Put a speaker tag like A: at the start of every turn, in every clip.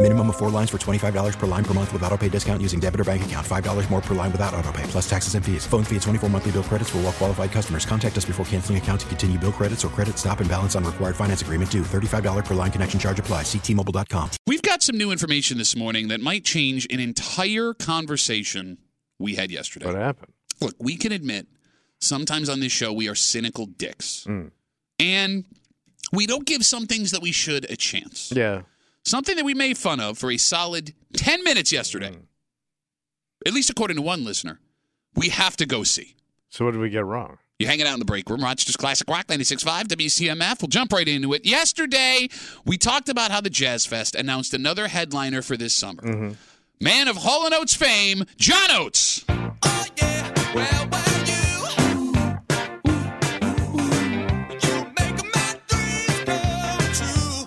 A: Minimum of four lines for $25 per line per month with auto pay discount using debit or bank account. $5 more per line without auto pay, plus taxes and fees. Phone fee at 24 monthly bill credits for all well qualified customers. Contact us before canceling account to continue bill credits or credit stop and balance on required finance agreement due. $35 per line connection charge applies. Ctmobile.com.
B: We've got some new information this morning that might change an entire conversation we had yesterday.
C: What happened?
B: Look, we can admit sometimes on this show we are cynical dicks.
C: Mm.
B: And we don't give some things that we should a chance.
C: Yeah.
B: something that we made fun of for a solid 10 minutes yesterday.
C: Mm.
B: At least according to one listener, we have to go see.
C: So what did we get wrong?
B: You're hanging out in the break room, Rochester's Classic Rock 96.5, WCMF. We'll jump right into it. Yesterday, we talked about how the Jazz Fest announced another headliner for this summer.
C: Mm-hmm.
B: Man of Hall & Oates fame, John Oates.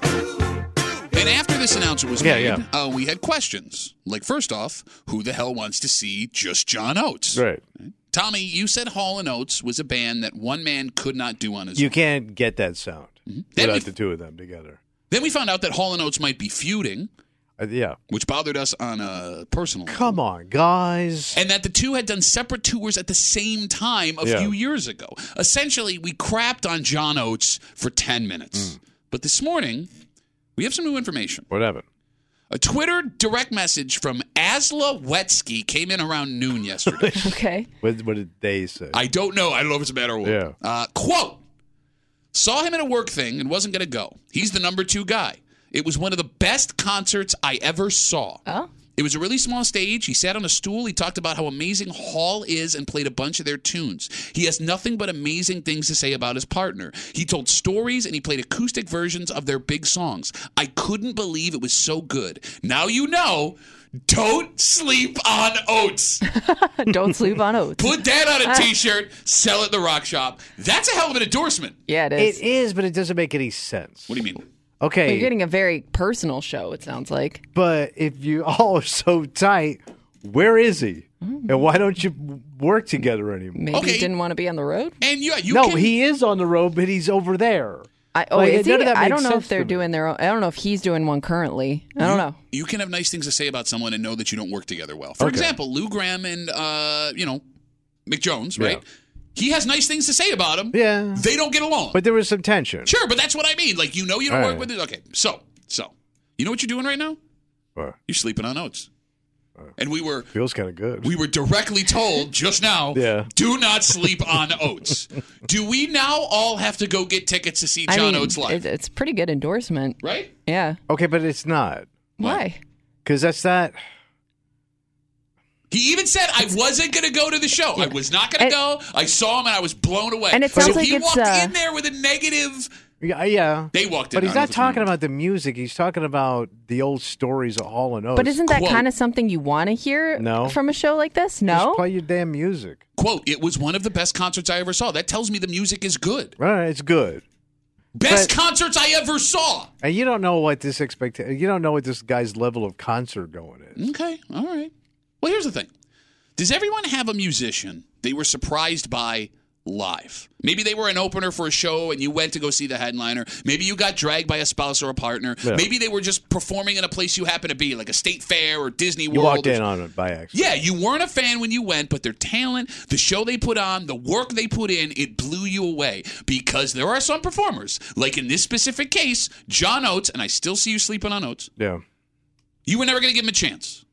B: And after this announcement was
C: Yeah,
B: made,
C: yeah.
B: Uh, we had questions. Like, first off, who the hell wants to see just John Oates?
C: Right.
B: Tommy, you said Hall & Oates was a band that one man could not do on his
C: You
B: own.
C: can't get that sound
D: Mm-hmm.
B: Then we-
C: without the two of them together.
B: Then we found out that Hall & Oates might be feuding,
C: Uh, yeah.
B: which bothered us on a personal level.
C: Come on, guys.
B: and that the two had done separate tours at the same time a
C: Yeah.
B: few years ago. Essentially, we crapped on John Oates for 10 minutes. But this morning, we have some new information.
C: Mm. what happened?
B: A Twitter direct message from Asla Wetsky came in around noon yesterday.
D: Okay.
C: What, what did they say?
B: I don't know. I don't know if it's a matter of what.
C: Yeah.
B: Uh, quote Saw him at a work thing and wasn't going to go. He's the number two guy. It was one of the best concerts I ever saw.
D: Oh.
B: It was a really small stage. He sat on a stool. He talked about how amazing Hall is and played a bunch of their tunes. He has nothing but amazing things to say about his partner. He told stories and he played acoustic versions of their big songs. I couldn't believe it was so good. Now you know. Don't sleep on oats.
D: Don't sleep on oats.
B: Put that
D: Ah.
B: on a t-shirt, sell it at the rock shop. That's a hell of an endorsement.
D: Yeah, it is.
C: it is, but it doesn't make any sense.
B: What do you mean?
C: Okay,
D: You're getting a very personal show, it sounds like.
C: but if you all are so tight, where is he? And why don't you work together anymore?
D: Mm-hmm. Maybe
B: Okay.
D: you didn't want to be on the road.
B: And yeah, you
C: no,
B: can
C: he is on the road, but he's over there.
D: I, oh,
C: Like,
D: is he,
C: none of that
D: I
C: makes
D: don't know
C: sense
D: if they're
C: to me.
D: doing their own. I don't know if he's doing one currently. I don't know.
B: you can have nice things to say about someone and know that you don't work together well. For
C: Okay.
B: example, Lou Graham and uh, you know, Mick Jones, right?
C: Yeah.
B: He has nice things to say about him.
C: Yeah.
B: They don't get along.
C: But there was some tension.
B: Oh. sure, but that's what I mean. Like you know you don't
C: All
B: work
C: right.
B: with it. Okay. So, so. You know what you're doing right now?
C: What?
B: You're sleeping on oats. And we were
C: Feels kind of good.
B: We were directly told just now,
C: Yeah.
B: do not sleep on Oates. do we now all have to go get tickets to see
D: I
B: John
D: mean,
B: Oates live?
D: It's, it's pretty good endorsement.
B: right?
D: Yeah.
C: okay, but it's not.
D: Why?
C: Because that's not.
B: He even said, I wasn't going to go to the show. I was not going
D: And-
B: to go. I saw him and I was blown away.
D: And it
B: so
D: sounds like
B: he
D: it's,
B: walked
D: uh,
B: in there with a negative.
C: Yeah, yeah.
B: They walked in.
C: But he's
B: I don't know
C: not
B: if it's
C: talking
B: negative.
C: about the music. He's talking about the old stories of Hall and Oates.
D: But isn't that
B: quote.
D: kind of something you want to hear
C: No.
D: from a show like this? No.
C: Just play your damn music.
B: Quote, it was one of the best concerts I ever saw. That tells me the music is good.
C: All right, it's good.
B: Best
C: But-
B: concerts I ever saw.
C: And you don't know what this expect. You don't know what this guy's level of concert going is.
B: Okay, all right. Well, here's the thing. Does everyone have a musician they were surprised by live? Maybe they were an opener for a show and you went to go see the headliner. Maybe you got dragged by a spouse or a partner. Maybe they were just performing in a place you happen to be, like a state fair or Disney
C: You
B: World.
C: walked
B: or
C: in on it by accident.
B: yeah, you weren't a fan when you went, but their talent, the show they put on, the work they put in, it blew you away because there are some performers, like in this specific case, John Oates, and I still see you sleeping on Oates.
C: Yeah.
B: You were never going to give him a chance,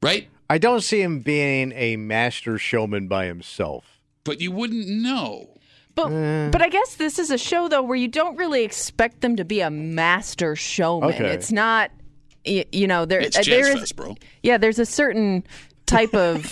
B: right?
C: I don't see him being a master showman by himself.
B: But you wouldn't know.
D: But
C: eh.
D: but I guess this is a show though where you don't really expect them to be a master showman.
C: Okay.
D: It's not y- you know there
B: It's
D: uh,
B: Jazz
D: there is
B: Fest, bro.
D: yeah there's a certain type of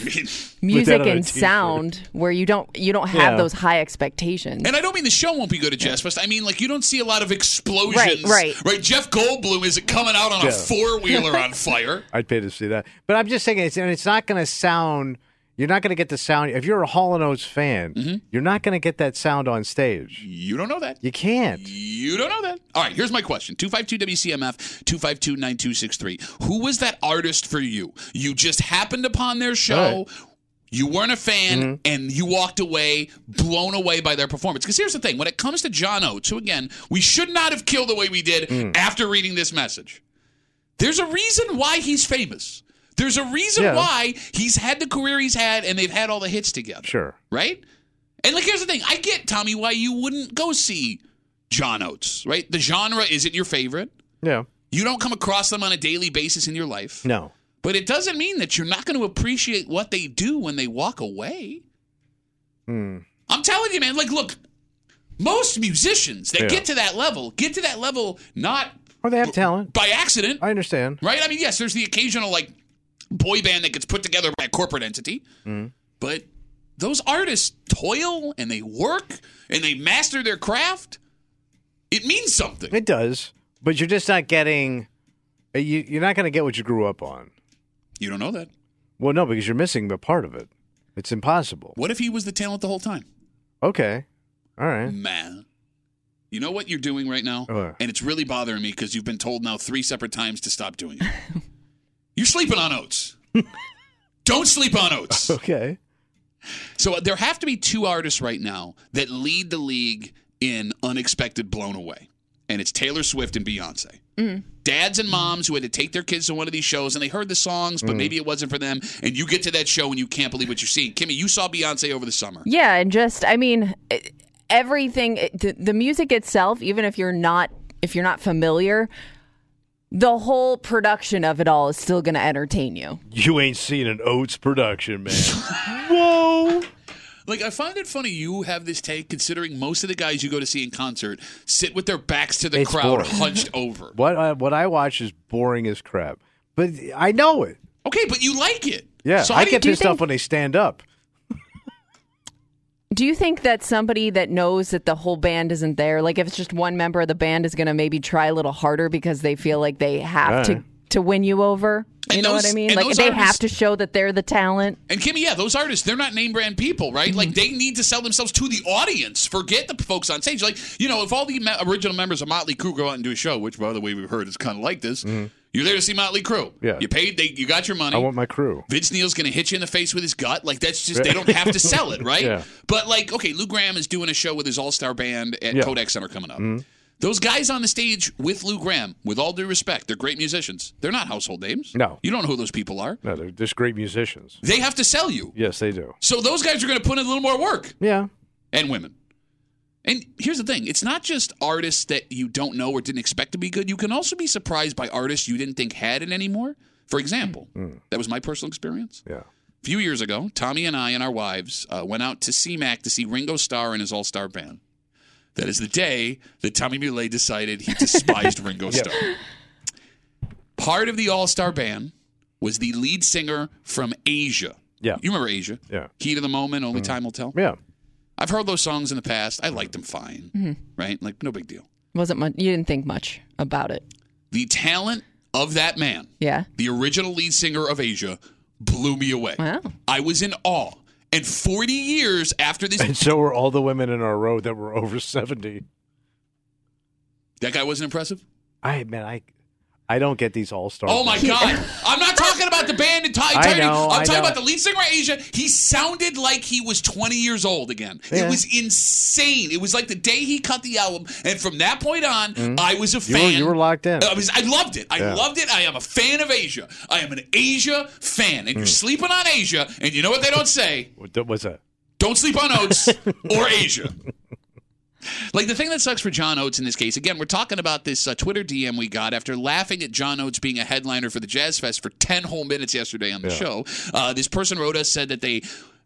D: music
C: on a
D: and
C: t-shirt.
D: sound where you don't you don't have
C: Yeah.
D: those high expectations.
B: And I don't mean the show won't be good at Jazz Fest. I mean, like, you don't see a lot of explosions.
D: Right, right.
B: Jeff Goldblum isn't coming out on a
C: Yeah.
B: four wheeler on fire.
C: I'd pay to see that. But I'm just thinking, it's, and it's not going to sound. You're not going to get the sound. If you're a Hall and Oates fan, you're not going to get that sound on stage.
B: Mm-hmm. You don't know that.
C: You can't.
B: You don't know that. All right, here's my question 252 WCMF 252 9263. Who was that artist for you? You just happened upon their show. You weren't a fan and you walked away blown away by their performance. Because here's the thing when it comes to John Oates, who again, we should not have killed the way we did after reading this message. There's a reason why he's famous. There's a reason
C: Yeah.
B: why he's had the career he's had and they've had all the hits together
C: Sure.
B: right? And like, here's the thing: I get Tommy why you wouldn't go see John Oates, right? The genre isn't your favorite.
C: Yeah.
B: You don't come across them on a daily basis in your life,
C: No.
B: but it doesn't mean that you're not going to appreciate what they do when they walk away.
C: Hmm.
B: I'm telling you, man. Like, look, most musicians that
C: Yeah.
B: get to that level get to that level not
C: Or they have talent.
B: by accident,
C: I understand.
B: right? I mean, yes, there's the occasional like boy band that gets put together by a corporate entity,
C: Mm-hmm.
B: but those artists toil and they work and they master their craft. It means something.
C: It does, but you're just not getting. uh, You, you're not going to get what you grew up on.
B: You don't know that.
C: Well, no, because you're missing the part of it. It's impossible.
B: What if he was the talent the whole time?
C: Okay. All right.
B: Man. You know what you're doing right now?
C: What?
B: And it's really bothering me because you've been told now three separate times to stop doing it. you're sleeping on oats. don't sleep on oats.
C: Okay.
B: So there have to be two artists right now that lead the league in unexpected blown away. And it's Taylor Swift and Beyonce.
D: Mm.
B: Dads and moms who had to take their kids to one of these shows and they heard the songs,
C: Mm.
B: but maybe it wasn't for them. And you get to that show and you can't believe what you're seeing. Kimmy, you saw Beyonce over the summer.
D: Yeah, and just I mean it- everything it- the, the music itself even if you're not if you're not familiar the whole production of it all is still going to entertain you.
C: You ain't seen an Oates production, man. Whoa.
B: Like, I find it funny you have this take considering most of the guys you go to see in concert sit with their backs to the
C: It's
B: crowd
C: boring.
B: hunched over.
C: What I, what I watch is boring as crap, but I know it.
B: Okay, but you like it.
C: Yeah,
B: So how
C: I
B: do you-
C: get
B: do you
C: pissed off when they stand up.
D: Do you think that somebody that knows that the whole band isn't there, like if it's just one member of the band, is going to maybe try a little harder because they feel like they have to
C: Right.
D: to win you over? You
B: And
D: know what
B: those-
D: I mean?
B: and
D: Like
B: those
D: they
B: artists-
D: have to show that they're the talent.
B: And Kimmy, yeah, those artists, they're not name brand people, right?
C: Mm-hmm.
B: Like they need to sell themselves to the audience. Forget the folks on stage. Like, you know, if all the me- original members of Motley Crue go out and do a show, which by the way we've heard is kind of like this, you're there to see Motley Crue.
C: Mm-hmm. Yeah.
B: You paid, they, you got your money.
C: I want my crew.
B: Vince Neil's going to hit you in the face with his gut. Like that's just they don't have to sell it, right?
C: Yeah.
B: But like, okay, Lou Graham is doing a show with his All Star Band at
C: Yeah. Mm-hmm.
B: Kodak Center coming up. Those guys on the stage with Lou Graham, with all due respect, they're great musicians. They're not household names.
C: No.
B: you don't know who those people are.
C: No, they're just great musicians.
B: They have to sell you.
C: Yes, they do.
B: So those guys are going to put in a little more work
C: Yeah,
B: and women. And here's the thing it's not just artists that you don't know or didn't expect to be good. You can also be surprised by artists you didn't think had it anymore. For example, that was my personal experience.
C: Mm. yeah.
B: A few years ago, Tommy and I and our wives uh, went out to CMAC to see Ringo Starr and his all star band. That is the day that Tommy Muley decided he despised Ringo Starr. Part of the all star band was the lead singer from Asia.
C: Yeah.
B: You remember Asia?
C: Yeah. Mm.
B: Heat of the moment, only time will tell.
C: Yeah.
B: I've heard those songs in the past. I liked them fine, right? Like no big deal.
D: Wasn't much. You didn't think much about it.
B: The talent of that man,
D: Yeah.
B: the original lead singer of Asia, blew me away.
D: Wow.
B: I was in awe. And 40 years after this,
C: And so were all the women in our row that were over seventy.
B: that guy wasn't impressive.
C: I man, I I don't get these all stars.
B: Oh my god! I'm not talking about the band in ti- entirety.
C: know,
B: I'm
C: I
B: talking
C: know.
B: about the lead singer of Asia. He sounded like he was 20 years old again. It
C: Yeah.
B: was insane. It was like the day he cut the album, and from that point on, I was a
C: Mm-hmm. You were,
B: fan.
C: you were locked in.
B: I was. I loved it. I
C: Yeah.
B: loved it. I am a fan of Asia. I am an Asia fan, and you're
C: Mm.
B: sleeping on Asia. And you know what they don't say?
C: That was a
B: Don't sleep on Oates or Asia. Like the thing that sucks for John Oates in this case, again, we're talking about this uh, Twitter DM we got after laughing at John Oates being a headliner for the Jazz Fest for 10 whole minutes yesterday on the show. Uh, this person wrote us, said that they.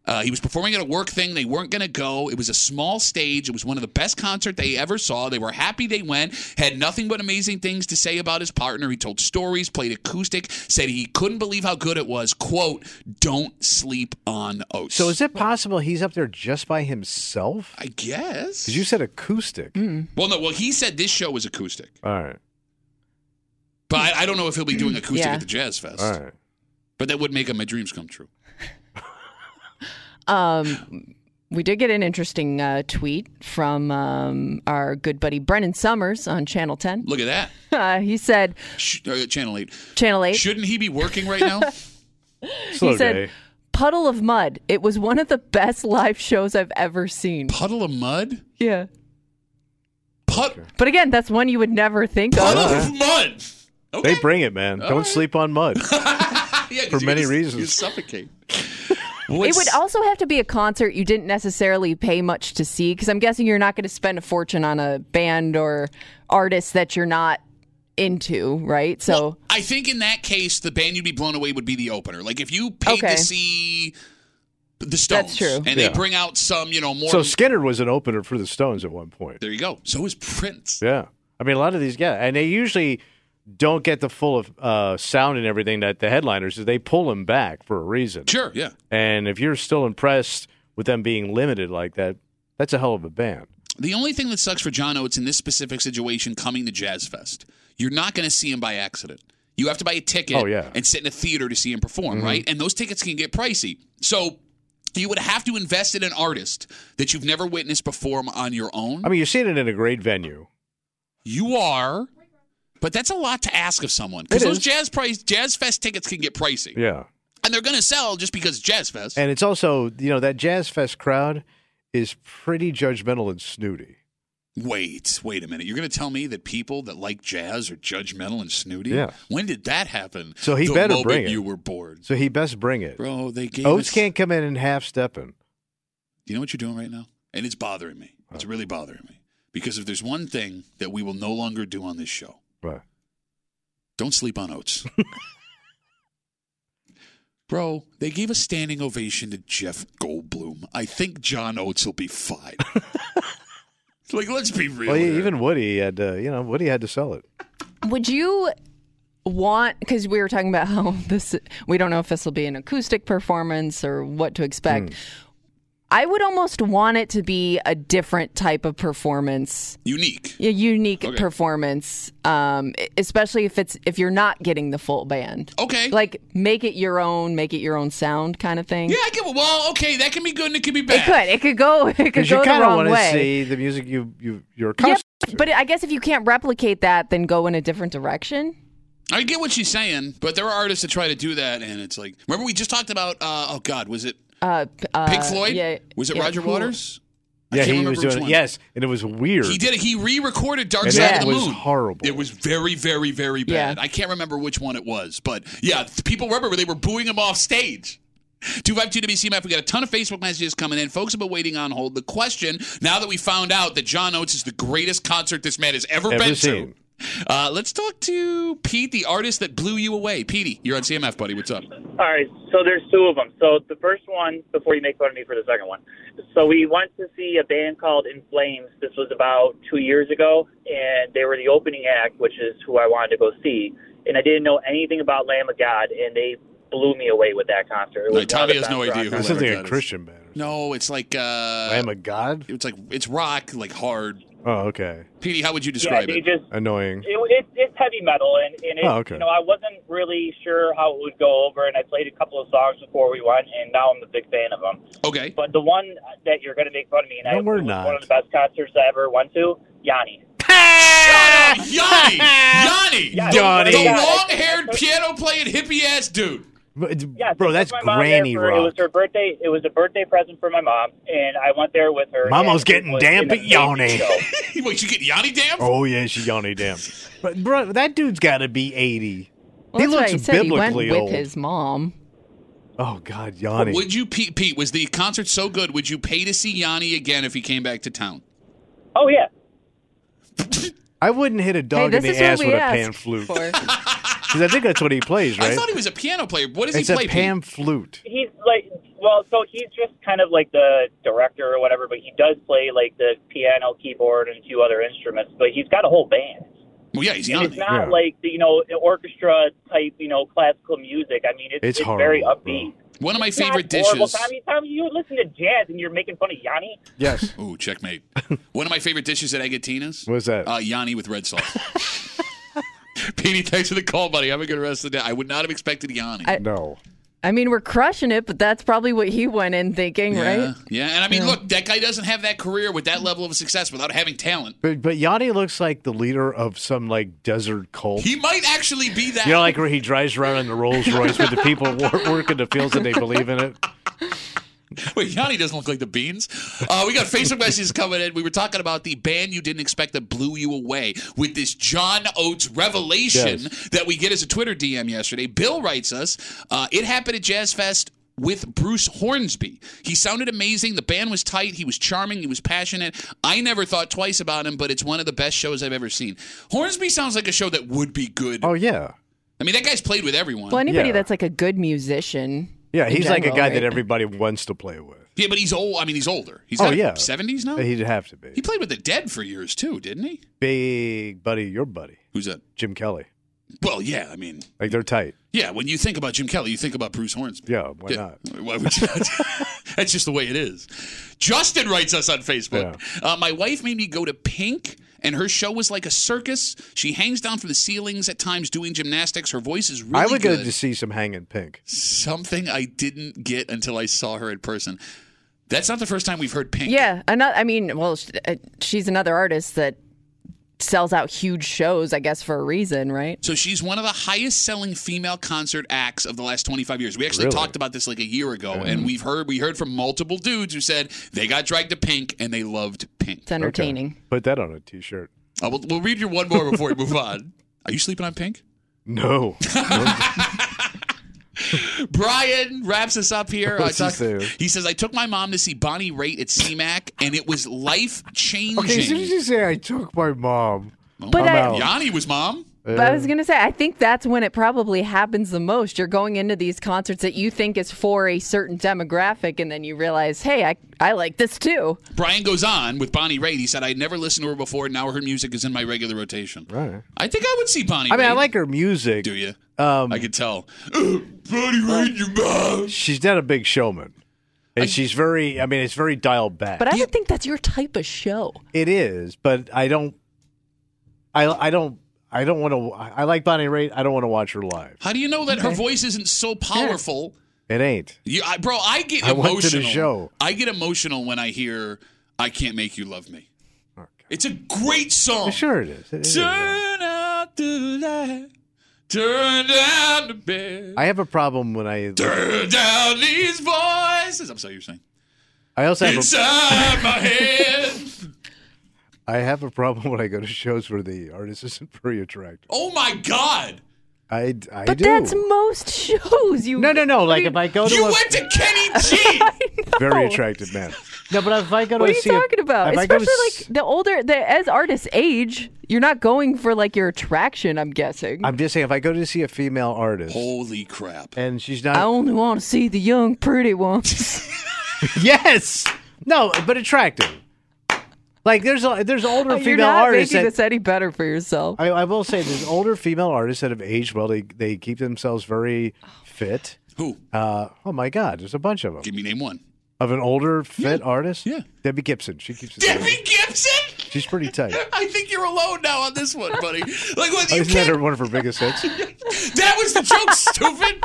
B: Uh, he was performing at a work thing. They weren't going to go. It was a small stage. It was one of the best concert they ever saw. They were happy they went. Had nothing but amazing things to say about his partner. He told stories, played acoustic, said he couldn't believe how good it was. "Quote: Don't sleep on Oates."
C: So is it possible he's up there just by himself?
B: I guess.
C: Because you said acoustic.
B: Well, no. Well, he said this show was acoustic,
C: All right.
B: but I, I don't know if he'll be doing acoustic
D: Yeah.
B: at the Jazz Fest.
C: All right.
B: But that would make my dreams come true.
D: Um, we did get an interesting uh, tweet from um, our good buddy Brennan Summers on Channel 10.
B: Look at that.
D: Uh, he said,
B: Sh- uh, Channel Eight.
D: Channel 8.
B: Shouldn't he be working right now?
C: Slow
D: he said,
C: day.
D: Puddle of Mud. It was one of the best live shows I've ever seen.
B: Puddle of mud.
D: Yeah.
B: Put-
D: But again, that's one you would never think
B: Puddle
D: of.
B: of mud. Okay.
C: They bring it, man. Don't sleep on mud.
B: Yeah, 'cause
C: for
B: you
C: many
B: just-
C: reasons.
B: You suffocate.
D: It would also have to be a concert you didn't necessarily pay much to see because I'm guessing you're not going to spend a fortune on a band or artist that you're not into, right? So,
B: Well, I think in that case, the band you'd be blown away would be the opener. Like if you paid
D: Okay.
B: to see the Stones,
D: true.
B: and they
C: Yeah.
B: bring out some, you know, more.
C: So Skinner was an opener for the Stones at one point.
B: there you go. So is Prince.
C: Yeah. I mean, a lot of these guys, and they usually don't get the full of uh, sound and everything that the headliners do. They pull them back for a reason.
B: Sure. Yeah.
C: And if you're still impressed with them being limited like that, that's a hell of a band.
B: The only thing that sucks for John Oates in this specific situation coming to Jazz Fest, you're not going to see him by accident. You have to buy a ticket
C: Oh, yeah. Mm-hmm.
B: and sit in a theater to see him perform, right? And those tickets can get pricey. So you would have to invest in an artist that you've never witnessed perform on your own.
C: I mean, you're seeing it in a great venue.
B: you are, but that's a lot to ask of someone because
C: It
B: those
C: is.
B: jazz price Jazz Fest tickets can get pricey,
C: Yeah.
B: and they're going to sell just because it's Jazz Fest.
C: And it's also, you know, that Jazz Fest crowd is pretty judgmental and snooty.
B: Wait, wait a minute. You're going to tell me that people that like jazz are judgmental and snooty?
C: Yeah.
B: When did that happen?
C: So he
B: the
C: better
B: moment
C: bring it. Oh,
B: you were bored.
C: So he best bring it.
B: Bro, they gave
C: Oates
B: us-
C: can't come in and half stepping.
B: You know what you're doing right now? And it's bothering me. It's really bothering me. Because if there's one thing that we will no longer do on this show,
C: Right.
B: don't sleep on oats. Bro, they gave a standing ovation to Jeff Goldblum. I think John Oates will be fine. like, let's be real.
C: Well, e-,
B: here.
C: even Woody had, uh, you know, Woody had to sell it.
D: Would you want? Because we were talking about how this. We don't know if this will be an acoustic performance or what to expect.
C: Hmm.
D: I would almost want it to be a different type of performance,
B: unique.
D: a unique
B: Okay.
D: performance, um, e- especially if it's if you're not getting the full band.
B: Okay.
D: Like make it your own, make it your own sound kind of thing.
B: yeah, I get. Well, okay, that can be good and it can be bad.
D: It could, it could go, Oh, it could
C: Because
D: go
C: you
D: the
C: kind of
D: wrong
C: want to
D: way.
C: see the music you you you're
D: yeah,
C: accustomed
D: but- but I guess if you can't replicate that, then go in a different direction.
B: I get what she's saying, but there are artists that try to do that, and it's like, remember we just talked about? Uh, oh God, was it
D: Uh, p- uh,
B: Pink Floyd?
D: yeah,
B: was it
D: yeah,
B: Roger
D: who-
B: Waters? I
C: Yeah,
B: can't
C: he
B: remember
C: was
B: which
C: doing it.
B: one.
C: Yes, and it was weird.
B: He did it. He re-recorded Dark
C: And
B: Side
D: that
B: of the
C: was
B: Moon.
C: horrible.
B: It was very, very, very bad.
D: Yeah.
B: I can't remember which one it was, but yeah, th- people remember they were booing him off stage. 252 WCMF. We got a ton of Facebook messages coming in. Folks have been waiting on hold. The question now that we found out that John Oates is the greatest concert this man has ever,
C: Ever
B: been
C: seen.
B: to, uh, let's talk to Pete, the artist that blew you away. Petey, you're on CMF, buddy. What's up?
E: All right, so there's two of them. So the first one, before you make fun of me for the second one. So we went to see a band called In Flames. This was about two years ago, and they were the opening act, which is who I wanted to go see. And I didn't know anything about Lamb of God, and they blew me away with that concert. It was
B: Like, Tommy
E: one of
B: has
E: the
B: no
E: best
B: idea who
E: rock
C: That's
B: Whoever
C: something
B: that
C: a
B: is.
C: Christian band. or
B: No, it's like uh,
C: something. I am a god.
B: it's like it's rock, like hard.
C: Oh, okay.
B: Petey, how would you
E: Yeah,
B: describe
E: they
B: it?
E: just
C: Annoying.
E: it, it, it's heavy metal, and, and it,
C: Oh, okay.
E: you know, I wasn't really sure how it would go over, and I played a couple of songs before we went, and now I'm a big fan of them.
B: okay.
E: But the one that you're going to make fun of me, and
C: No,
E: I,
C: we're
E: it was
C: not.
E: one of the best concerts I ever went to, Yanni.
B: Shut Yanni, Yanni,
E: Yeah,
C: Yanni.
B: the
C: Yeah.
B: long-haired piano-playing hippie ass dude.
C: But-
E: Yeah, so
C: Bro,
E: I took
C: that's
E: my mom there
C: granny
E: for- It was
C: rock.
E: her birthday. It was a birthday present for my mom, and I went there with her.
C: Mama's
E: and it
C: getting
E: was
C: damp
E: an
C: at Yanni.
E: amazing show.
B: Wait, you get Yanni damn?
C: Oh yeah, she Yanni damn. But bro, that dude's got to be eighty.
D: Well,
C: he
D: that's why
C: looks
D: he said he went
C: biblically
D: with
C: old.
D: his mom.
C: Oh God, Yanni.
B: Would you, Pete, Pete? Was the concert so good? Would you pay to see Yanni again if he came back to town?
E: Oh yeah,
C: I wouldn't hit a dog
D: hey,
C: in
D: this
C: the
D: is
C: ass
D: what
C: with
D: we
C: a
D: asked
C: pan flute
D: for.
C: because I think that's what he plays, right?
B: I thought he was a piano player. What does
C: it's
B: he
C: a
B: play? Pete?
C: pan flute.
E: he's like well, so he's just kind of like the director or whatever, but he does play like the piano, keyboard, and two other instruments. But he's got a whole band.
B: Well, yeah, he's
E: And
B: Yanni.
E: it's not
C: Oh, Yeah.
E: like the, you know orchestra type, you know, classical music. I mean, it's,
C: It's
E: it's, very
C: horrible, bro.
E: upbeat.
B: One of my
E: It's
B: favorite
E: not horrible,
B: dishes.
E: Tommy, Tommy, you listen to jazz and you're making fun of Yanni.
C: Yes.
B: Ooh, checkmate. One of my favorite dishes at Agatina's.
C: What's that?
B: Uh, Yanni with red sauce. Petey, thanks for the call, buddy. Have a good rest of the day. I would not have expected Yanni.
D: I-
C: no.
D: I mean, we're crushing it, but that's probably what he went in thinking,
B: yeah.
D: right?
B: Yeah. And I mean,
D: Yeah.
B: look, that guy doesn't have that career with that level of success without having talent.
C: But but Yanni looks like the leader of some like desert cult.
B: He might actually be that.
C: you know, like where he drives around in the Rolls Royce with the people wor- working the fields and they believe in it.
B: Wait, Yanni doesn't look like the beans. Uh, we got Facebook messages coming in. We were talking about the band you didn't expect that blew you away with this John Oates revelation that we get as a Twitter DM yesterday. Bill writes us, uh, it happened at Jazz Fest. With Bruce Hornsby. He sounded amazing. The band was tight. He was charming. He was passionate. I never thought twice about him, but it's one of the best shows I've ever seen. Hornsby sounds like a show that would be good.
C: Oh yeah,
B: I mean, that guy's played with everyone.
D: Well, anybody
C: Yeah.
D: that's like a good musician.
C: yeah.
D: in
C: He's like a
D: general,
C: guy
D: right?
C: that everybody wants to play with.
B: yeah, but he's old. I mean, he's older. He's
C: Oh,
B: got
C: yeah.
B: 70s now?
C: He'd have to
B: He
C: be
B: played with the Dead for years too, didn't he?
C: big buddy, your buddy,
B: Who's that?
C: Jim Kelly.
B: Well, Oh, yeah, I mean,
C: Like they're tight.
B: yeah. When you think about Jim Kelly, you think about Bruce Hornsby.
C: Yeah, why
B: Yeah.
C: not?
B: Why would you not? That's just the way it is. Justin writes us on Facebook. Uh, my wife made me go to Pink, and her show was like a circus. She hangs down from the ceilings at times doing gymnastics. Her voice is really
C: I would
B: good.
C: go to see some Hanging Pink.
B: Something I didn't get until I saw her in person. That's not the first time we've heard Pink.
D: Yeah, another. I mean, well, sh- uh, she's another artist that sells out huge shows, I guess, for a reason, right?
B: So she's one of the highest selling female concert acts of the last 25 years. We actually
C: Really?
B: talked about this like a year ago and we've heard we heard from multiple dudes who said they got dragged to Pink and they loved Pink.
D: It's entertaining.
C: Put that on a T-shirt.
B: Uh, we'll, we'll read you one more before we move on. Are you sleeping on Pink?
C: No.
B: Brian wraps us up here.
C: What's he saying?
B: he says, I took my mom to see Bonnie Raitt at CMAC and it was life changing.
C: okay, as soon as you say I took my mom,
D: But
C: I'm
D: I-
C: out. Uh,
B: Yanni was mom.
D: But I was gonna say, I think that's when it probably happens the most. You're going into these concerts that you think is for a certain demographic, and then you realize, hey, I I like this too.
B: Brian goes on with Bonnie Raitt. He said, I'd never listened to her before. Now her music is in my regular rotation.
C: Right.
B: I think I would see Bonnie
C: I mean, I
B: Raitt.
C: like her music.
B: Do you?
C: Um,
B: I could tell. Ugh, Buddy, read your mouth.
C: she's not a big showman, and she's very. I mean, it's very dialed back.
D: But I don't think that's your type of show.
C: It is, but I don't. I I don't. I don't want to. I like Bonnie Raitt. I don't want to watch her live.
B: How do you know that her voice isn't so powerful?
C: It ain't.
B: You, I, bro, I get
C: I
B: emotional.
C: went to the show.
B: I get emotional when I hear "I Can't Make You Love Me." It's a great song.
C: Sure, Oh, it is. It is.
B: Turn out the light. Turn down the bed.
C: I have a problem when I.
B: Turn down these voices. I'm sorry, you're saying
C: I also have. A,
B: inside my head.
C: I have a problem when I go to shows where the artist isn't very attractive.
B: Oh my God!
C: I I
D: But
C: do.
D: that's most shows. You
C: no, no, no. Like
D: mean,
C: if I go to
B: You
C: a
B: went to Kenny G.
C: very attractive man. No, but if I go to
D: What are
C: see
D: you
C: a-
D: talking about?
C: if I go
D: Especially
C: s-
D: like the older, the as artists age, you're not going for like your attraction. I'm guessing. i
C: I'm just saying, if I go to see a female artist
B: Holy crap!
C: and she's not
D: only want to see the young, pretty ones.
C: Yes. No, but attractive. Like there's a, there's older
D: you're
C: female
D: not
C: artists
D: making
C: that
D: this any better for yourself.
C: I, I will say there's older female artists that have aged well. They they keep themselves very fit.
B: Who?
C: Uh, oh my God, there's a bunch of them.
B: Give me name one.
C: Of an older fit artist,
B: yeah.
C: Debbie Gibson. She keeps it
B: Debbie Gibson.
C: She's pretty tight.
B: I think you're alone now on this one, buddy. Like, what,
C: Oh,
B: you
C: isn't that her,
B: can't,
C: one of her biggest hits?
B: that was the joke, stupid.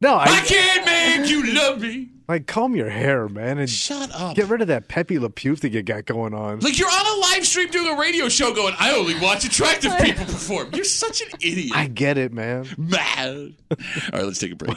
C: No,
B: I
C: I,
B: can't make you love me.
C: Like, comb your hair, man, and
B: Shut up.
C: get rid of that Pepe Le Pew thing you got going on.
B: Like you're on a live stream doing a radio show going, I only watch attractive people perform. You're such an idiot.
C: I get it, man.
B: Mad. All right, let's take a break.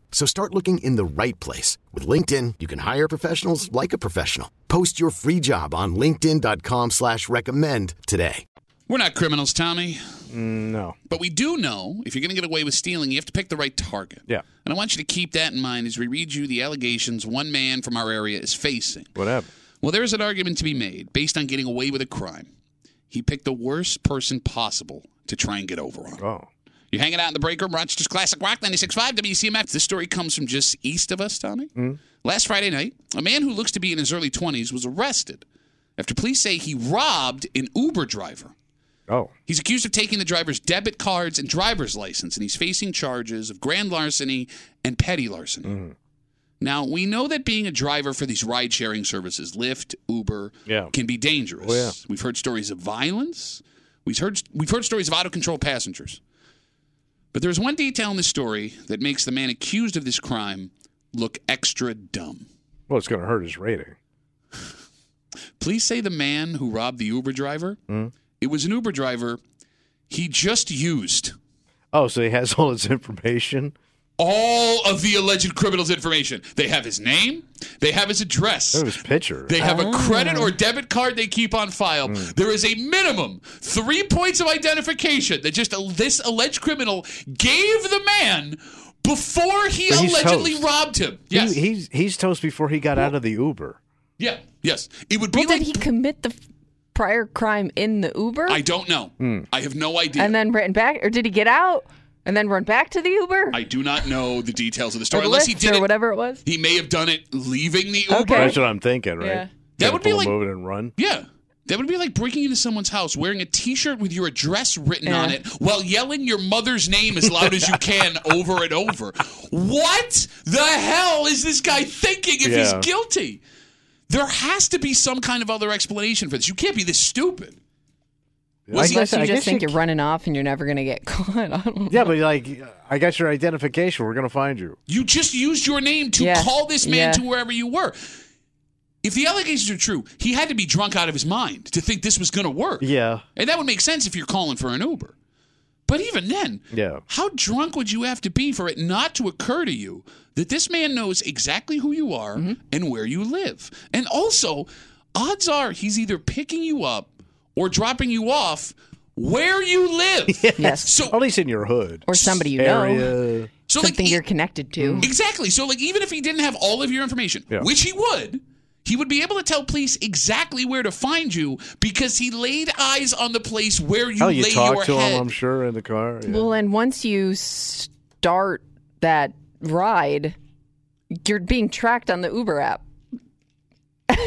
F: So start looking in the right place. With LinkedIn, you can hire professionals like a professional. Post your free job on linkedin.com slash recommend today.
B: We're not criminals, Tommy.
C: Mm, No.
B: But we do know if you're going to get away with stealing, you have to pick the right target.
C: Yeah.
B: And I want you to keep that in mind as we read you the allegations one man from our area is facing.
C: Whatever.
B: Well, there is an argument to be made based on getting away with a crime. He picked the worst person possible to try and get over on.
C: Oh.
B: You're hanging out in the break room, Rochester's Classic Rock 96.5 WCMF. This story comes from just east of us, Tommy.
C: Mm.
B: Last Friday night, a man who looks to be in his early 20s was arrested after police say he robbed an Uber driver.
C: Oh.
B: He's accused of taking the driver's debit cards and driver's license, and he's facing charges of grand larceny and petty larceny.
C: Mm.
B: Now, we know that being a driver for these ride sharing services, Lyft, Uber,
C: Yeah.
B: can be dangerous.
C: Oh, yeah.
B: We've heard stories of violence, we've heard, we've heard stories of out of control passengers. But there's one detail in this story that makes the man accused of this crime look extra dumb.
C: Well, it's going to hurt his rating.
B: Please say the man who robbed the Uber driver,
C: Mm.
B: it was an Uber driver he just used.
C: Oh, so he has all his information.
B: all of the alleged criminal's information. They have his name, they have his address,
C: Look at his picture.
B: they have
D: Oh.
B: a credit
C: Oh.
B: or debit card they keep on file.
C: Hmm.
B: There is a minimum three points of identification that just this alleged criminal gave the man before he
C: But he's
B: allegedly
C: toast.
B: robbed him.
C: He-
B: Yes.
C: he's he's toast before he got out of the Uber.
B: yeah. Yes. It would be
D: Well,
B: like
D: did he commit the f- prior crime in the Uber?
B: I don't know.
C: Hmm.
B: I have no idea.
D: and then ran back, or did he get out and then run back to the Uber?
B: I do not know the details of the
D: or
B: story unless he
D: Lyft
B: did
D: or
B: it.
D: whatever it was.
B: He may have done it leaving the Uber.
D: Okay.
C: That's what I'm thinking, right?
D: Yeah.
B: That
C: Gotta
B: would be
C: pull
B: like-
C: him over and run.
B: Yeah. That would be like breaking into someone's house wearing a t shirt with your address written
D: Yeah.
B: on it while yelling your mother's name as loud as you can over and over. What the hell is this guy thinking if he's
C: Yeah.
B: guilty? There has to be some kind of other explanation for this. You can't be this stupid. Was he-
D: Unless you
C: I
D: just
C: guess
D: think
C: you
D: you are running off and you're never going to get caught. I don't know.
C: Yeah, but like, I got your identification. We're gonna find you.
B: You just used your name to
D: Yeah.
B: call this man
D: Yeah.
B: to wherever you were. If the allegations are true, he had to be drunk out of his mind to think this was going to work.
C: Yeah.
B: And that would make sense if you're calling for an Uber. But even then,
C: Yeah.
B: How drunk would you have to be for it not to occur to you that this man knows exactly who you are and where you live? And also, odds are he's either picking you up or dropping you off where you live.
D: Yes.
B: So,
C: At least in your hood
D: Or somebody you know.
C: area.
B: so like,
D: Something
B: e-
D: you're connected to.
B: exactly. So, like, even if he didn't have all of your information,
C: Yeah.
B: which he would, he would be able to tell police exactly where to find you because he laid eyes on the place where you
C: Hell, Oh, you
B: lay
C: talk
B: your
C: to
B: head.
C: him, I'm sure, in the car. yeah.
D: Well, and once you start that ride, you're being tracked on the Uber app.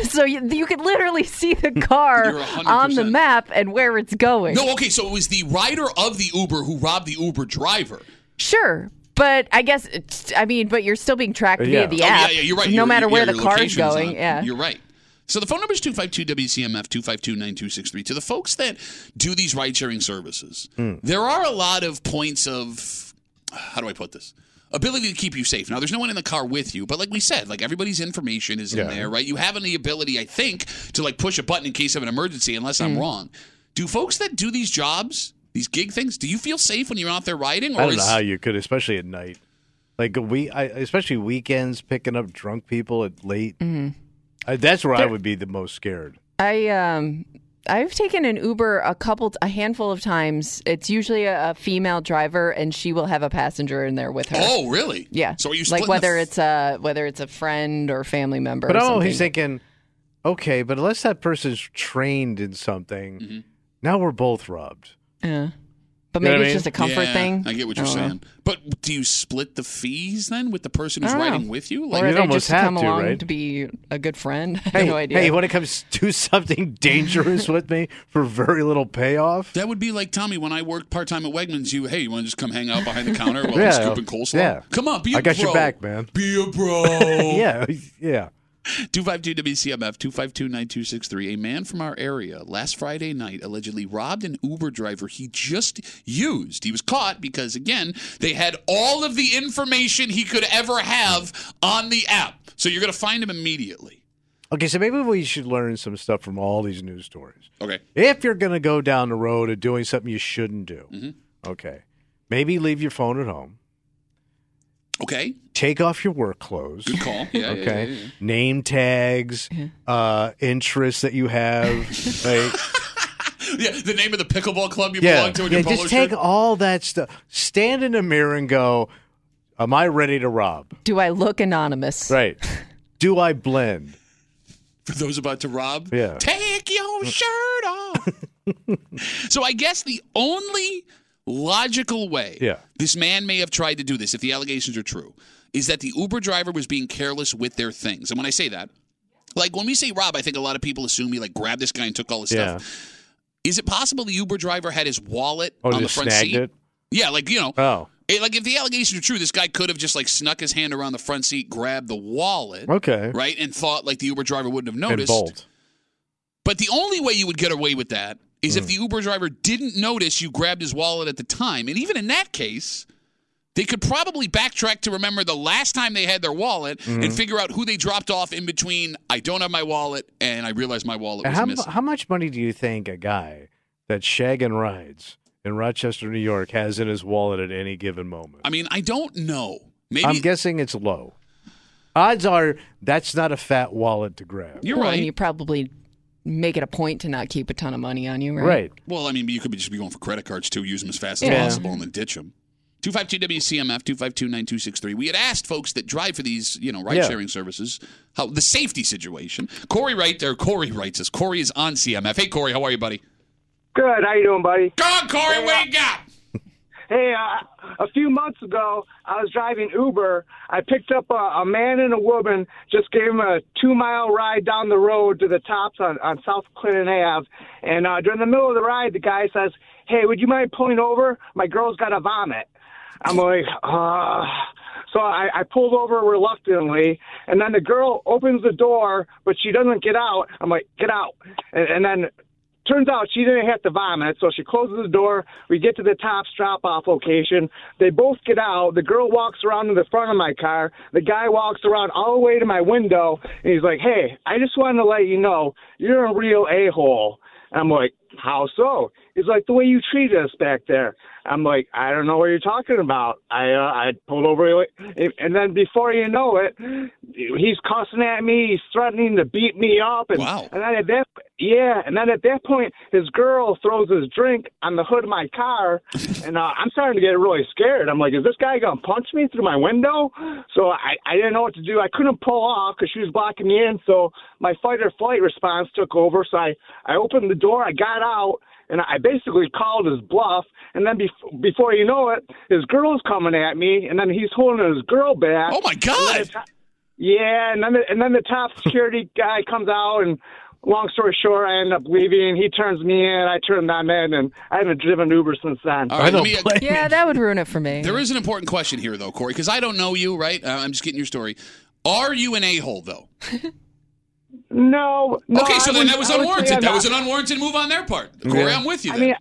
D: so you, you could literally see the car
B: You're 100%.
D: on the map and where it's going.
B: No, okay, so it was the rider of the Uber who robbed the Uber driver.
D: Sure. But I guess it's, I mean, but you're still being tracked
C: Uh, yeah.
D: via the
C: Oh,
D: app.
B: yeah, yeah, you're right.
D: No
B: Your-
D: matter
B: your-
D: where
B: yeah,
D: the
B: your
D: car's
B: location's
D: going,
B: on-
D: yeah.
B: You're right. So the phone number is 252 WCMF 252 9263. To the folks that do these ride sharing services,
C: Hmm.
B: there are a lot of points of how do I put this? Ability to keep you safe. Now, there's no one in the car with you, but like we said, like everybody's information is in
G: Yeah.
B: there, right? You have the ability, I think, to like push a button in case of an emergency, unless
D: Hmm.
B: I'm wrong. Do folks that do these jobs, these gig things, do you feel safe when you're out there riding?
C: I don't
B: is,
C: know how you could, especially at night. Like we, I, especially weekends, picking up drunk people at late.
D: Mhm.
C: I, that's where I
D: There-
C: would be the most scared.
D: I um I've taken an Uber a couple a handful of times. It's usually a, a female driver and she will have a passenger in there with her.
B: Oh, really?
D: Yeah.
B: So are you
D: like
B: splitting the
D: whether it's a whether it's a friend or family member
C: But
D: or
C: I'm always
D: something.
C: thinking, okay, but unless that person's trained in something,
B: Mm-hmm.
C: now we're both rubbed.
D: Yeah. But
C: You know
D: maybe
C: what I
D: it's
C: mean?
D: just a comfort
B: Yeah,
D: thing.
B: I get what you're
D: don't know.
B: saying. But do you split the fees then with the person
D: I
B: who's
D: don't know.
B: riding with you?
D: or
C: You'd
D: they
C: almost
D: just
C: have
D: come
C: to,
D: along
C: right?
D: to be a good friend. I
C: Hey,
D: have no idea.
C: hey, when it comes to something dangerous with me for very little payoff,
B: That would be like Tommy when I worked part time at Wegmans. You, hey, you want to just come hang out behind the counter while
C: Yeah.
B: I'm scooping coleslaw?
C: Yeah.
B: Come on, be a
C: I got
B: bro.
C: your back, man.
B: Be a bro.
C: yeah, yeah.
B: 252 WCMF 252 9263. A man from our area last Friday night allegedly robbed an Uber driver he just used. He was caught because, again, they had all of the information he could ever have on the app. So you're going to find him immediately.
C: Okay, so maybe we should learn some stuff from all these news stories.
B: Okay.
C: If you're going to go down the road of doing something you shouldn't do,
B: Mhm.
C: okay, maybe leave your phone at home.
B: Okay.
C: Take off your work clothes.
B: Good call. Yeah, yeah,
C: okay.
B: yeah, yeah, yeah.
C: Name tags, uh, interests that you have. like,
B: Yeah, the name of the pickleball club you
C: yeah.
B: belong to in
C: yeah
B: your polo
C: just take
B: shirt.
C: all that stuff. Stand in a mirror and go, Am I ready to rob?
D: Do I look anonymous?
C: Right. do I blend?
B: For those about to rob.
C: Yeah.
B: Take your shirt off.
C: Oh,
B: so I guess the only logical way
C: Yeah.
B: this man may have tried to do this, if the allegations are true, is that the Uber driver was being careless with their things. And when I say that, like when we say rob, I think a lot of people assume he like grabbed this guy and took all his
C: Yeah.
B: stuff. Is it possible the Uber driver had his wallet
C: Oh,
B: on the
C: just
B: front
C: snagged
B: seat?
C: it?
B: Yeah, like you know.
C: Oh.
B: It- like if the allegations are true, this guy could have just like snuck his hand around the front seat, grabbed the wallet,
C: Okay.
B: right, and thought like the Uber driver wouldn't have
C: And
B: noticed.
C: bolt.
B: But the only way you would get away with that is
C: Hmm.
B: if the Uber driver didn't notice you grabbed his wallet at the time. And even in that case, they could probably backtrack to remember the last time they had their wallet
C: Mhm.
B: and figure out who they dropped off in between. I don't have my wallet, and I realize my wallet was
C: how, mu-
B: missing.
C: how much money do you think a guy that shaggin' rides in Rochester, New York, has in his wallet at any given moment?
B: I mean, I don't know. Maybe
C: I'm guessing it's low. Odds are that's not a fat wallet to grab.
D: well, And you probably make it a point to not keep a ton of money on you, right?
B: Well, I mean, you could be just be going for credit cards too. Use them as fast as
D: Yeah.
B: possible and then ditch them. 252 WCMF 252 9263. We had asked folks that drive for these, you know, ride sharing services how the safety situation. Corey Wright there, Corey writes us. Corey is on CMF. Hey Corey, how are you, buddy?
H: Good. How you doing, buddy?
B: Good, Corey. what you got?
H: Hey, uh, a few months ago, I was driving Uber. I picked up a, a man and a woman. Just gave him a two-mile ride down the road to the tops on, on South Clinton Ave. And uh, during the middle of the ride, the guy says, "Hey, would you mind pulling over? My girl's got a vomit." I'm like, uh. So I, I pulled over reluctantly, and then the girl opens the door, but she doesn't get out. I'm like, get out. And, and then turns out she didn't have to vomit, so she closes the door. We get to the tops drop off location. They both get out. The girl walks around to the front of my car. The guy walks around all the way to my window, and he's like, hey, I just wanted to let you know you're a real a hole. And I'm like, how so? He's like, the way you treated us back there. I'm like, I don't know what you're talking about. I uh, I pulled over, and then before you know it, he's cussing at me. He's threatening to beat me up, and, and then at that, yeah, and then at that point, his girl throws his drink on the hood of my car, and uh, I'm starting to get really scared. I'm like, is this guy gonna punch me through my window? So I I didn't know what to do. I couldn't pull off because she was blocking me in. So my fight or flight response took over. So I I opened the door. I got out and I basically called his bluff. And then bef- before you know it, his girl's coming at me, and then he's holding his girl back.
B: Oh my god!
H: yeah, and then the, and then the top security guy comes out, and long story short, I end up leaving. He turns me in, I turn him in, and I haven't driven Uber since then.
B: All right, I don't let me- blame
D: Yeah, that would ruin it for me.
B: There is an important question here though, Corey, because I don't know you, right? Uh, I'm just getting your story. Are you an a hole though?
H: No, no.
B: okay, so
H: I
B: then
H: would-
B: that was
H: I would say
B: unwarranted.
H: I'm
B: That
H: not-
B: was an unwarranted move on their part. Corey, I'm with you.
H: I
B: then.
H: mean,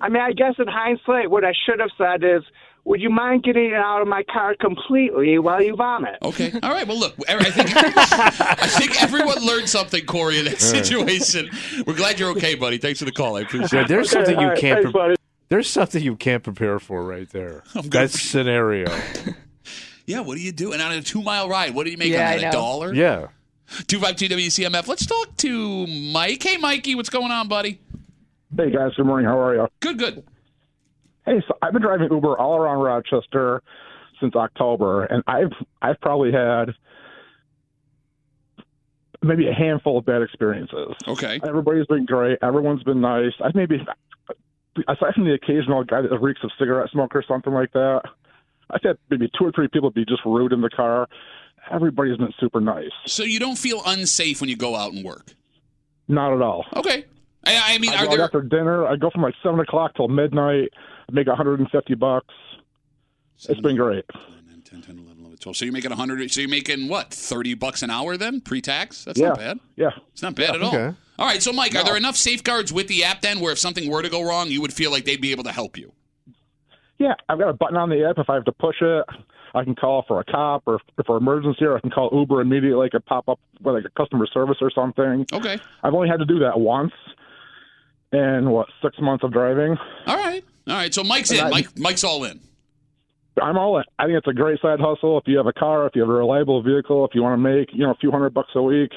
H: I mean, I guess in hindsight, what I should have said is, "Would you mind getting it out of my car completely while you vomit?"
B: Okay. All right. Well, look, I think, I think everyone learned something, Corey, in that
C: Yeah.
B: situation. We're glad you're okay, buddy. Thanks for the call. I appreciate
C: Yeah,
B: it.
C: there's something you can't. pre- there's something you can't prepare for right there. That scenario.
B: Yeah, what do you do? And on a two mile ride, what do you make
C: Yeah,
B: on
C: I
B: that? A
C: know.
B: dollar?
C: Yeah.
B: 252 WCMF. Let's talk to Mike. Hey, Mikey, what's going on, buddy?
G: Hey guys, good morning. How are you?
B: Good, good.
G: Hey, so I've been driving Uber all around Rochester since October, and I've I've probably had maybe a handful of bad experiences.
B: Okay.
G: Everybody's been great. Everyone's been nice. I've maybe aside from the occasional guy that reeks of cigarette smoke or something like that, I've had maybe two or three people be just rude in the car. Everybody's been super nice.
B: So you don't feel unsafe when you go out and work.
G: Not at all.
B: Okay. I, I mean, are
G: I go out
B: there.
G: after dinner. I go from like seven o'clock till midnight. I make 150 bucks. It's been great.
B: 12, so you're making 100. So you're making what? 30 bucks an hour then, pre tax? That's
G: yeah.
B: not bad.
G: Yeah.
B: It's not bad
G: Yeah.
B: at all.
G: Okay.
B: All right. So, Mike, are
G: No.
B: there enough safeguards with the app then where if something were to go wrong, you would feel like they'd be able to help you?
G: Yeah. I've got a button on the app. If I have to push it, I can call for a cop or for emergency, or I can call Uber immediately. I could pop up with like a customer service or something.
B: Okay.
G: I've only had to do that once in what six months of driving.
B: All right. All right. So Mike's in. Mike, Mike's all in.
G: I'm all in. I think it's a great side hustle. If you have a car, if you have a reliable vehicle, if you want to make you know a few hundred bucks a week.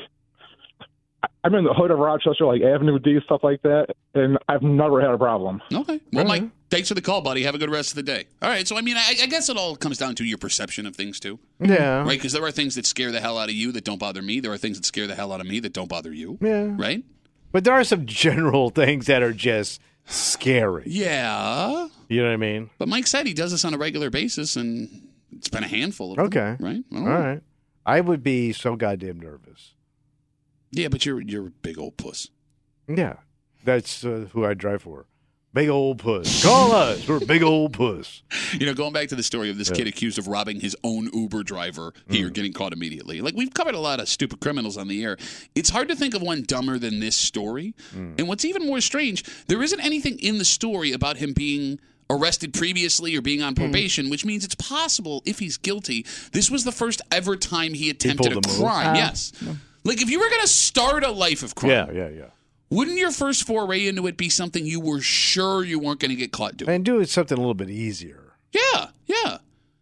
G: I- I'm in the hood of Rochester, like Avenue D, stuff like that, and I've never had a problem.
B: Okay. Well, Mike, thanks for the call, buddy. Have a good rest of the day. All right. So, I mean, I, I guess it all comes down to your perception of things, too.
C: Yeah.
B: Right? Because there are things that scare the hell out of you that don't bother me. There are things that scare the hell out of me that don't bother you.
C: Yeah.
B: Right?
C: But there are some general things that are just scary.
B: Yeah.
C: You know what I mean?
B: But Mike said he does this on a regular basis, and it's been a handful of them,
C: Okay.
B: Right? I
C: All
B: don't know.
C: right. I would be so goddamn nervous.
B: Yeah, but you're you're a big old puss.
C: Yeah. That's uh, who I drive for. Big old puss. Call us. We're big old puss.
B: You know, going back to the story of this
C: Yeah. Mm.
B: kid accused of robbing his own Uber driver here, getting caught immediately. Like, we've covered a lot of stupid criminals on the air. It's hard to think of one dumber than this story.
C: Mm.
B: And what's even more strange, there isn't anything in the story about him being arrested previously or being on
C: Mm.
B: probation, which means it's possible, if he's guilty, this was the first ever time he attempted a
C: pulled a move.
B: crime.
C: Ah.
B: yes. Like, if you were going to start a life of crime,
C: Yeah, yeah, yeah.
B: wouldn't your first foray into it be something you were sure you weren't going to get caught doing?
C: And do it something a little bit easier.
B: Yeah, yeah.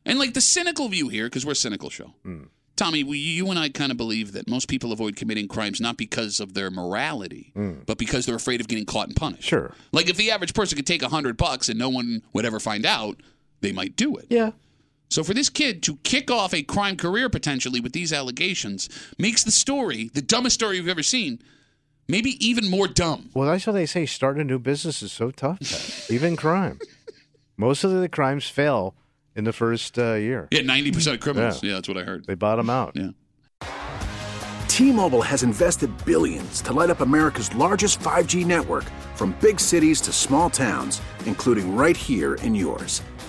B: And like the cynical view here, because we're a cynical show.
C: Hmm.
B: Tommy, we, you and I kind of believe that most people avoid committing crimes not because of their morality, but because they're afraid of getting caught and punished.
C: Hmm. Sure.
B: Like if the average person could take a hundred bucks and no one would ever find out, they might do it.
C: Yeah.
B: So for this kid to kick off a crime career potentially with these allegations makes the story the dumbest story you've ever seen, maybe even more dumb.
C: Well, that's how they say starting a new business is so tough, Pat. even crime. Most of the crimes fail in the first uh, year.
B: Yeah, ninety percent of criminals.
C: Yeah.
B: yeah, that's what I heard.
C: They bottom out.
B: Yeah.
I: T-Mobile has invested billions to light up America's largest 5G network from big cities to small towns, including right here in yours.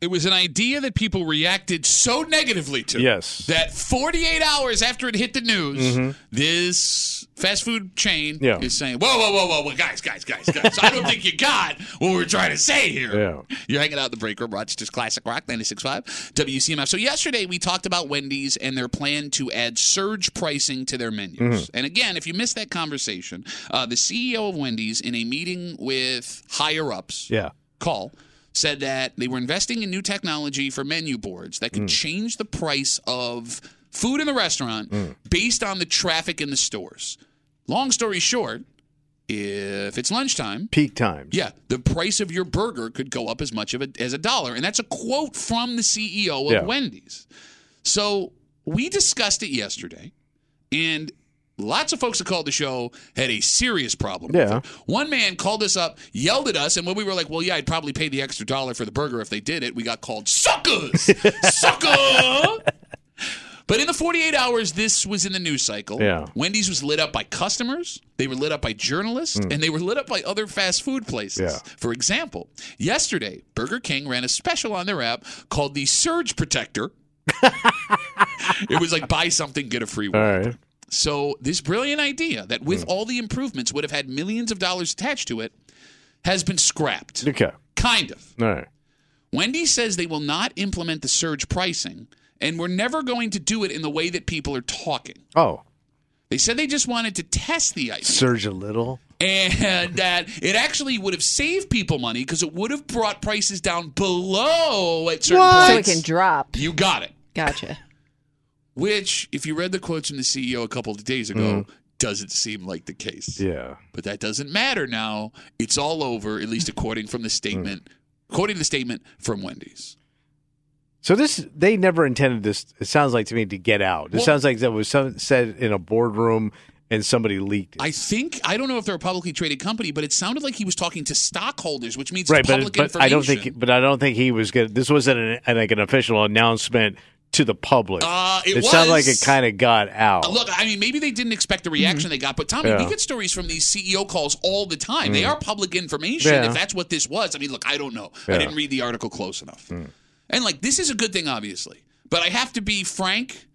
B: It was an idea that people reacted so negatively to.
C: Yes.
B: That 48 hours after it hit the news,
C: Mhm.
B: this fast food chain
C: Yeah.
B: is saying, whoa, whoa, whoa, whoa, whoa, guys, guys, guys, guys. I don't think you got what we're trying to say here. You're hanging out in the break room, Rochester's Classic Rock 96.5, WCMF. So, yesterday we talked about Wendy's and their plan to add surge pricing to their menus.
J: Mhm.
C: Mm-hmm.
B: And again, if you missed that conversation, uh, the CEO of Wendy's, in a meeting with higher ups,
C: Yeah.
B: call said that they were investing in new technology for menu boards that could
C: Mm.
B: change the price of food in the restaurant
C: Mm.
B: based on the traffic in the stores. Long story short, if it's lunchtime,
C: peak times.
B: yeah, the price of your burger could go up as much of a, as a dollar, and that's a quote from the CEO of
C: Yeah.
B: Wendy's. So we discussed it yesterday, and lots of folks that called the show had a serious problem. with
C: Yeah.
B: it. One man called us up, yelled at us, and when we were like, "Well, yeah, I'd probably pay the extra dollar for the burger if they did it," we got called suckers, sucker. But in the 48 hours, this was in the news cycle.
C: Yeah.
B: Wendy's was lit up by customers, they were lit up by journalists,
C: Mm.
B: and they were lit up by other fast food places.
C: Yeah.
B: For example, yesterday, Burger King ran a special on their app called the Surge Protector. it was like buy something, get a free one. So, this brilliant idea that
C: Hmm.
B: with all the improvements would have had millions of dollars attached to it has been scrapped.
C: Okay.
B: Kind of.
C: All right.
B: Wendy says they will not implement the surge pricing, and we're never going to do it in the way that people are talking.
C: Oh,
B: They said they just wanted to test the idea.
C: surge a little.
B: And that it actually would have saved people money because it would have brought prices down below at certain
D: So it
B: points.
D: can drop.
B: you got it.
D: Gotcha.
B: Which, if you read the quotes from the CEO a couple of days ago, doesn't seem like the case.
C: Mm-hmm. Yeah.
B: But that doesn't matter now. It's all over, at least according from the
C: Mm.
B: statement, according to the statement from Wendy's.
C: So this, they never intended this. It sounds like to me to get out. It
B: Well-
C: sounds like that was some, said in a boardroom and somebody leaked. it.
B: I think I don't know if they're a publicly traded company, but it sounded like he was talking to stockholders, which means
C: right,
B: it's public
C: but, but I
B: information.
C: don't think, but I don't think he was good. This wasn't an, an- like an official announcement to the public.
B: Uh, it
C: sounded like
B: was.
C: it kind of got out.
B: Uh, Look, I mean, maybe they didn't expect the reaction they got, but Tommy,
C: Yeah.
B: we get stories from these CEO calls all the time. They
C: Mm.
B: are public information.
C: Yeah.
B: If that's what this was, I mean, look, I don't know. I
C: Yeah.
B: didn't read the article close enough.
D: Hmm.
B: And like, this is a good thing, obviously, but I have to be frank.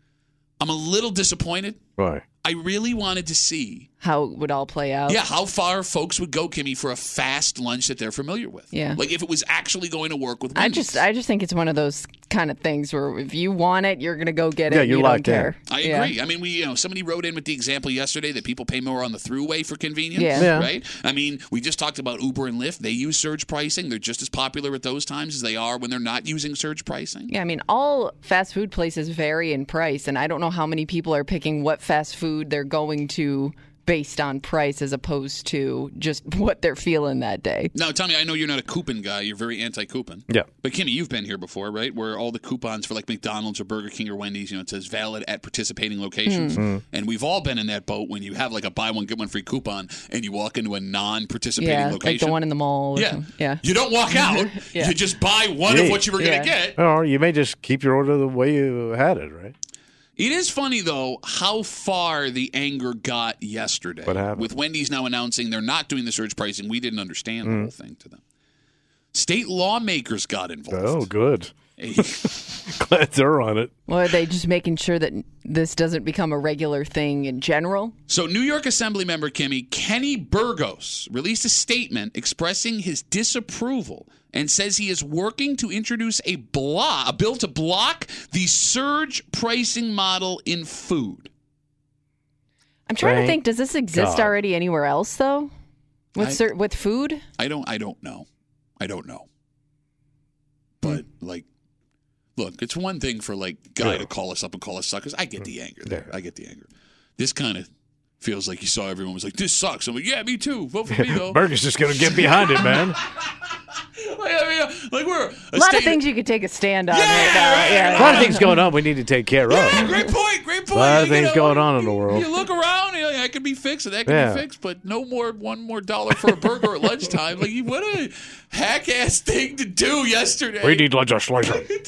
B: I'm a little disappointed.
C: Right.
B: I really wanted to see,
D: How it would all play out.
B: yeah, how far folks would go, Kimmy, for a fast lunch that they're familiar with.
D: Yeah.
B: like if it was actually going to work with.
D: I
B: Wendy's.
D: just I just think it's one of those kind of things where if you want it, you're gonna go get it. you don't care.
B: I
D: Yeah.
B: agree. I mean, we you know somebody wrote in with the example yesterday that people pay more on the throughway for convenience,
D: Yeah. Yeah.
B: right? I mean, we just talked about Uber and Lyft. They use surge pricing. They're just as popular at those times as they are when they're not using surge pricing.
D: Yeah, I mean, all fast food places vary in price, and I don't know how many people are picking what fast food they're going to based on price as opposed to just what they're feeling that day.
B: Now, Tommy, I know you're not a coupon guy. You're very anti-coupon.
C: Yeah.
B: But Kimmy, you've been here before, right? Where all the coupons for like McDonald's or Burger King or Wendy's, you know, it says valid at participating locations. Mm-hmm.
C: Mm. Mm.
B: And we've all been in that boat when you have like a buy one get one free coupon and you walk into a non-participating
D: yeah,
B: location.
D: like the one in the mall. or
B: Yeah.
D: something. yeah.
B: You don't walk out.
D: Yeah.
B: You just buy one of
C: Yeah.
B: what you were going to get.
C: Or you may just keep your order the way you had it, right?
B: It is funny though how far the anger got yesterday.
C: What happened?
B: With Wendy's now announcing they're not doing the surge pricing, we didn't understand the
C: Mm.
B: whole thing to them. State lawmakers got
C: Oh,
B: involved.
C: good. Glad they're on it.
D: Mm-hmm. Well, are they just making sure that this doesn't become a regular thing in general?
B: So, New York Assembly member Kimmy Kenny Burgos released a statement expressing his disapproval and says he is working to introduce a block, a bill to block the surge pricing model in food.
D: I'm trying to
B: Thank
D: think. Does this exist
B: God.
D: already anywhere else though? With
B: I-
D: cer- with food?
B: I don't. I don't know. I don't know.
C: Hmm.
B: But like, look, it's one thing for like guy to call us up and call us suckers. I get
C: Hmm.
B: the anger there. I get the anger. This kind of feels like you saw everyone was like, "This sucks." I'm like, "Yeah, me too. Vote for me though."
C: Burger's just going to get behind it, man.
B: I mean, like we're
D: A lot of things you could take a stand on. uh, Yeah,
C: A lot of things going on we need to take care of.
B: Great point. Great
C: A
B: point.
C: lot of
B: You
C: things
B: know,
C: going on in the
B: You
C: world.
B: look around, you know, that could be fixed, and that could
C: Yeah.
B: be fixed, but no more one more dollar for a burger at lunchtime. Like, what a hack ass thing to do yesterday.
C: We need legislation.
B: You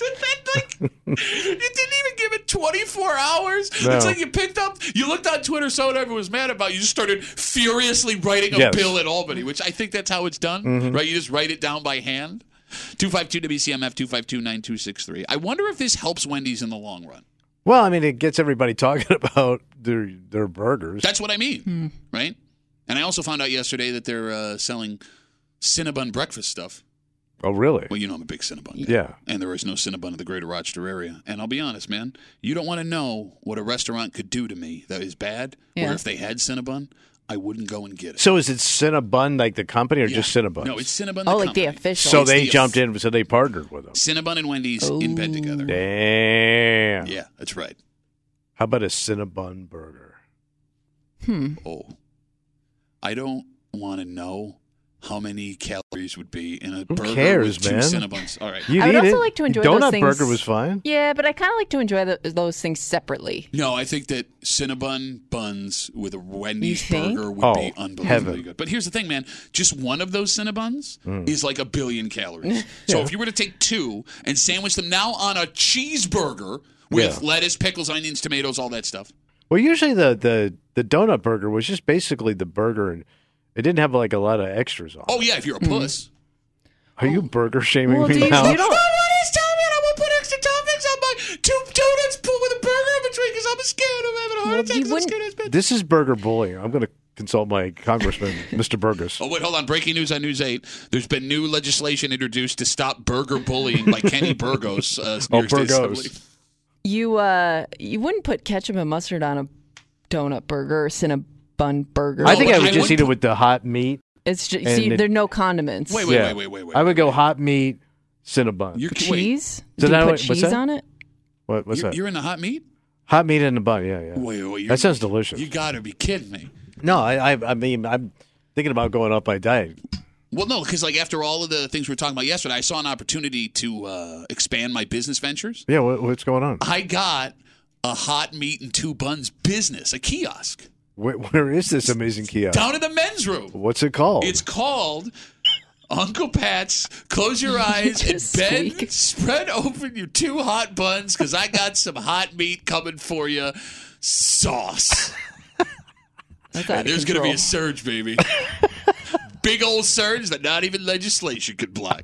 B: didn't even give it 24 hours.
C: No.
B: It's like you picked up, you looked on Twitter, saw what everyone was mad about. You just started furiously writing a
C: Yes.
B: bill at Albany, which I think that's how it's done,
C: Mhm.
B: right? You just write it down by hand. 252 WCMF 252 9263. I wonder if this helps Wendy's in the long run.
C: Well, I mean, it gets everybody talking about their their burgers.
B: That's what I mean, right? And I also found out yesterday that they're uh, selling Cinnabon breakfast stuff.
C: Oh, really?
B: Well, you know I'm a big Cinnabon. guy.
C: Yeah.
B: And there is no Cinnabon in the greater Rochester area. And I'll be honest, man, you don't want to know what a restaurant could do to me that is bad.
C: Yeah.
B: Where if they had Cinnabon, I wouldn't go and get it.
C: So is it Cinnabon like the company or just Cinnabon?
B: No, it's Cinnabon.
D: Oh,
B: the
D: like the
B: company.
D: official.
C: so they jumped in, so they partnered with them.
B: Cinnabon and Wendy's in bed together.
C: Damn.
B: Yeah, that's right.
C: Oh. How about a Cinnabon burger?
D: Hmm.
B: Oh, I don't want to know how many calories would be in a burger
C: cares,
B: with two
C: man?
B: Cinnabons. All right.
C: You'd
D: I would
C: eat
D: also
C: it.
D: like to enjoy
C: Donut
D: those things.
C: burger was fine.
D: Yeah, but I kind of like to enjoy tho- those things separately.
B: No, I think that Cinnabon buns with a Wendy's
D: You think?
B: burger would
C: Oh,
B: be unbelievably
C: heaven.
B: good. But here's the thing, man. Just one of those Cinnabons
C: Mm.
B: is like a billion calories. So
C: Yeah.
B: if you were to take two and sandwich them now on a cheeseburger with
C: Yeah.
B: lettuce, pickles, onions, tomatoes, all that stuff.
C: Well, usually the, the the donut burger was just basically the burger, and it didn't have like a lot of extras on. it.
B: Oh, yeah, if you're a
D: Mm.
B: puss.
C: Are you burger shaming
B: Well,
C: me
B: do you-
C: now?
B: you don't- I won't put extra toppings on my two donuts put with a burger in between because I'm scared of having a heart attack. 'cause I'm scared of-
C: This is burger bullying. I'm going to consult my congressman, Mr. Burgess.
B: Oh, wait, hold on. Breaking news on News 8. There's been new legislation introduced to stop burger bullying by Kenny Burgos. Uh,
C: Oh,
B: New York State
C: Burgos.
B: Assembly.
D: You uh, you wouldn't put ketchup and mustard on a donut burger or cinnabon burger.
C: I think I would just eat it with the hot meat.
D: It's just
C: and
D: see,
C: it-
D: there are no condiments.
C: Yeah. I would go hot meat, Cinnabon.
D: cheese?
C: So
D: Do you
C: now
D: put
C: wait, what's
D: cheese
C: that?
D: on it?
C: What, what's
B: You're,
C: that?
B: you're in the hot meat?
C: hot meat in a bun. Yeah, yeah.
B: Wait, wait, you're-
C: that sounds delicious.
B: You got to be kidding me.
C: no, I, I, I mean, I'm thinking about going up my diet.
B: Well, no, because like after all of the things we were talking about yesterday, I saw an opportunity to uh, expand my business ventures.
C: Yeah, what, what's going on?
B: I got a hot meat and two buns business, a kiosk
C: Where, where is this amazing kiosk?
B: down in the men's room.
C: What's it called?
B: It's called Uncle Pat's. Close your eyes and
D: Just
B: bend, spread open your two hot buns because I got some hot meat coming for you. Sauce.
D: That's out
B: And
D: of
B: there's going to be
D: control.
B: a surge, baby. Big old surge that not even legislation could block.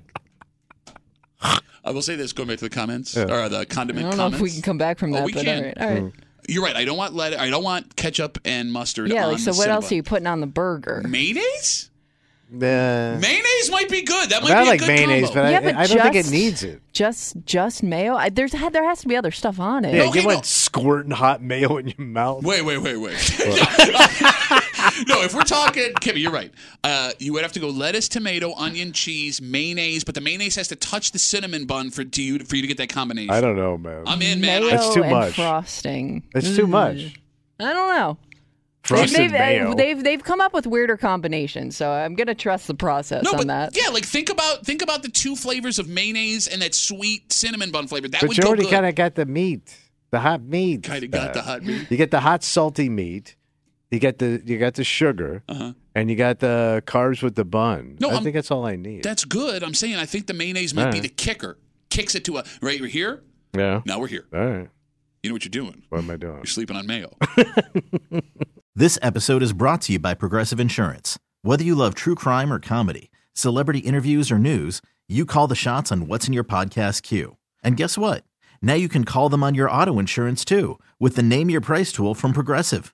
B: I will say this going back to the comments or the
D: I
B: condiment
D: don't know
B: comments.
D: if we can come back from
B: Oh,
D: that,
B: we
D: but
B: can.
D: all right, all right.
B: You're right. I don't want let I don't want ketchup and mustard.
D: Yeah,
B: on
D: like so.
B: the
D: What else
B: Cinnabon.
D: are you putting on the burger?
B: Mayonnaise?
C: Uh,
B: Mayonnaise might be good. That might
C: I
B: be a
C: like
B: good
C: mayonnaise,
B: combo.
C: but,
D: Yeah,
C: I,
D: but
C: I don't think it
D: just-
C: needs it.
D: Just just mayo. I, there's ha- there has to be other stuff on it.
C: Yeah, you want squirting hot mayo in your mouth.
B: Wait, wait, wait, wait. no, if we're talking, Kimmy, you're right. Uh, you would have to go lettuce, tomato, onion, cheese, mayonnaise, but the mayonnaise has to touch the cinnamon bun for to you for you to get that combination.
C: I don't know, man.
B: I'm in, man.
D: Mayo
C: That's too
D: and
C: much.
D: frosting. Mm.
C: It's too much.
D: I don't know.
C: Frosted
D: they've,
C: mayo.
D: They've, they've come up with weirder combinations, so I'm gonna trust the process
B: No,
D: on
B: but
D: that.
B: yeah, like think about think about the two flavors of mayonnaise and that sweet cinnamon bun flavor. That
C: but
B: would
C: you
B: go
C: already
B: good.
C: kind of got the meat, the hot meat.
B: Kinda got the hot meat.
C: You get the hot salty meat. You get the you got the sugar,
B: Uh-huh.
C: and you got the carbs with the bun.
B: No,
C: I
B: I'm-
C: think that's all I need.
B: That's good. I'm saying I think the mayonnaise might be
C: Alright.
B: the kicker. Kicks it to a right. We're here.
C: yeah.
B: Now we're here.
C: All right.
B: You know what you're doing.
C: What am I doing?
B: You're sleeping on mayo.
K: This episode is brought to you by Progressive Insurance. Whether you love true crime or comedy, celebrity interviews or news, you call the shots on what's in your podcast queue. And guess what? Now you can call them on your auto insurance too with the Name Your Price tool from Progressive.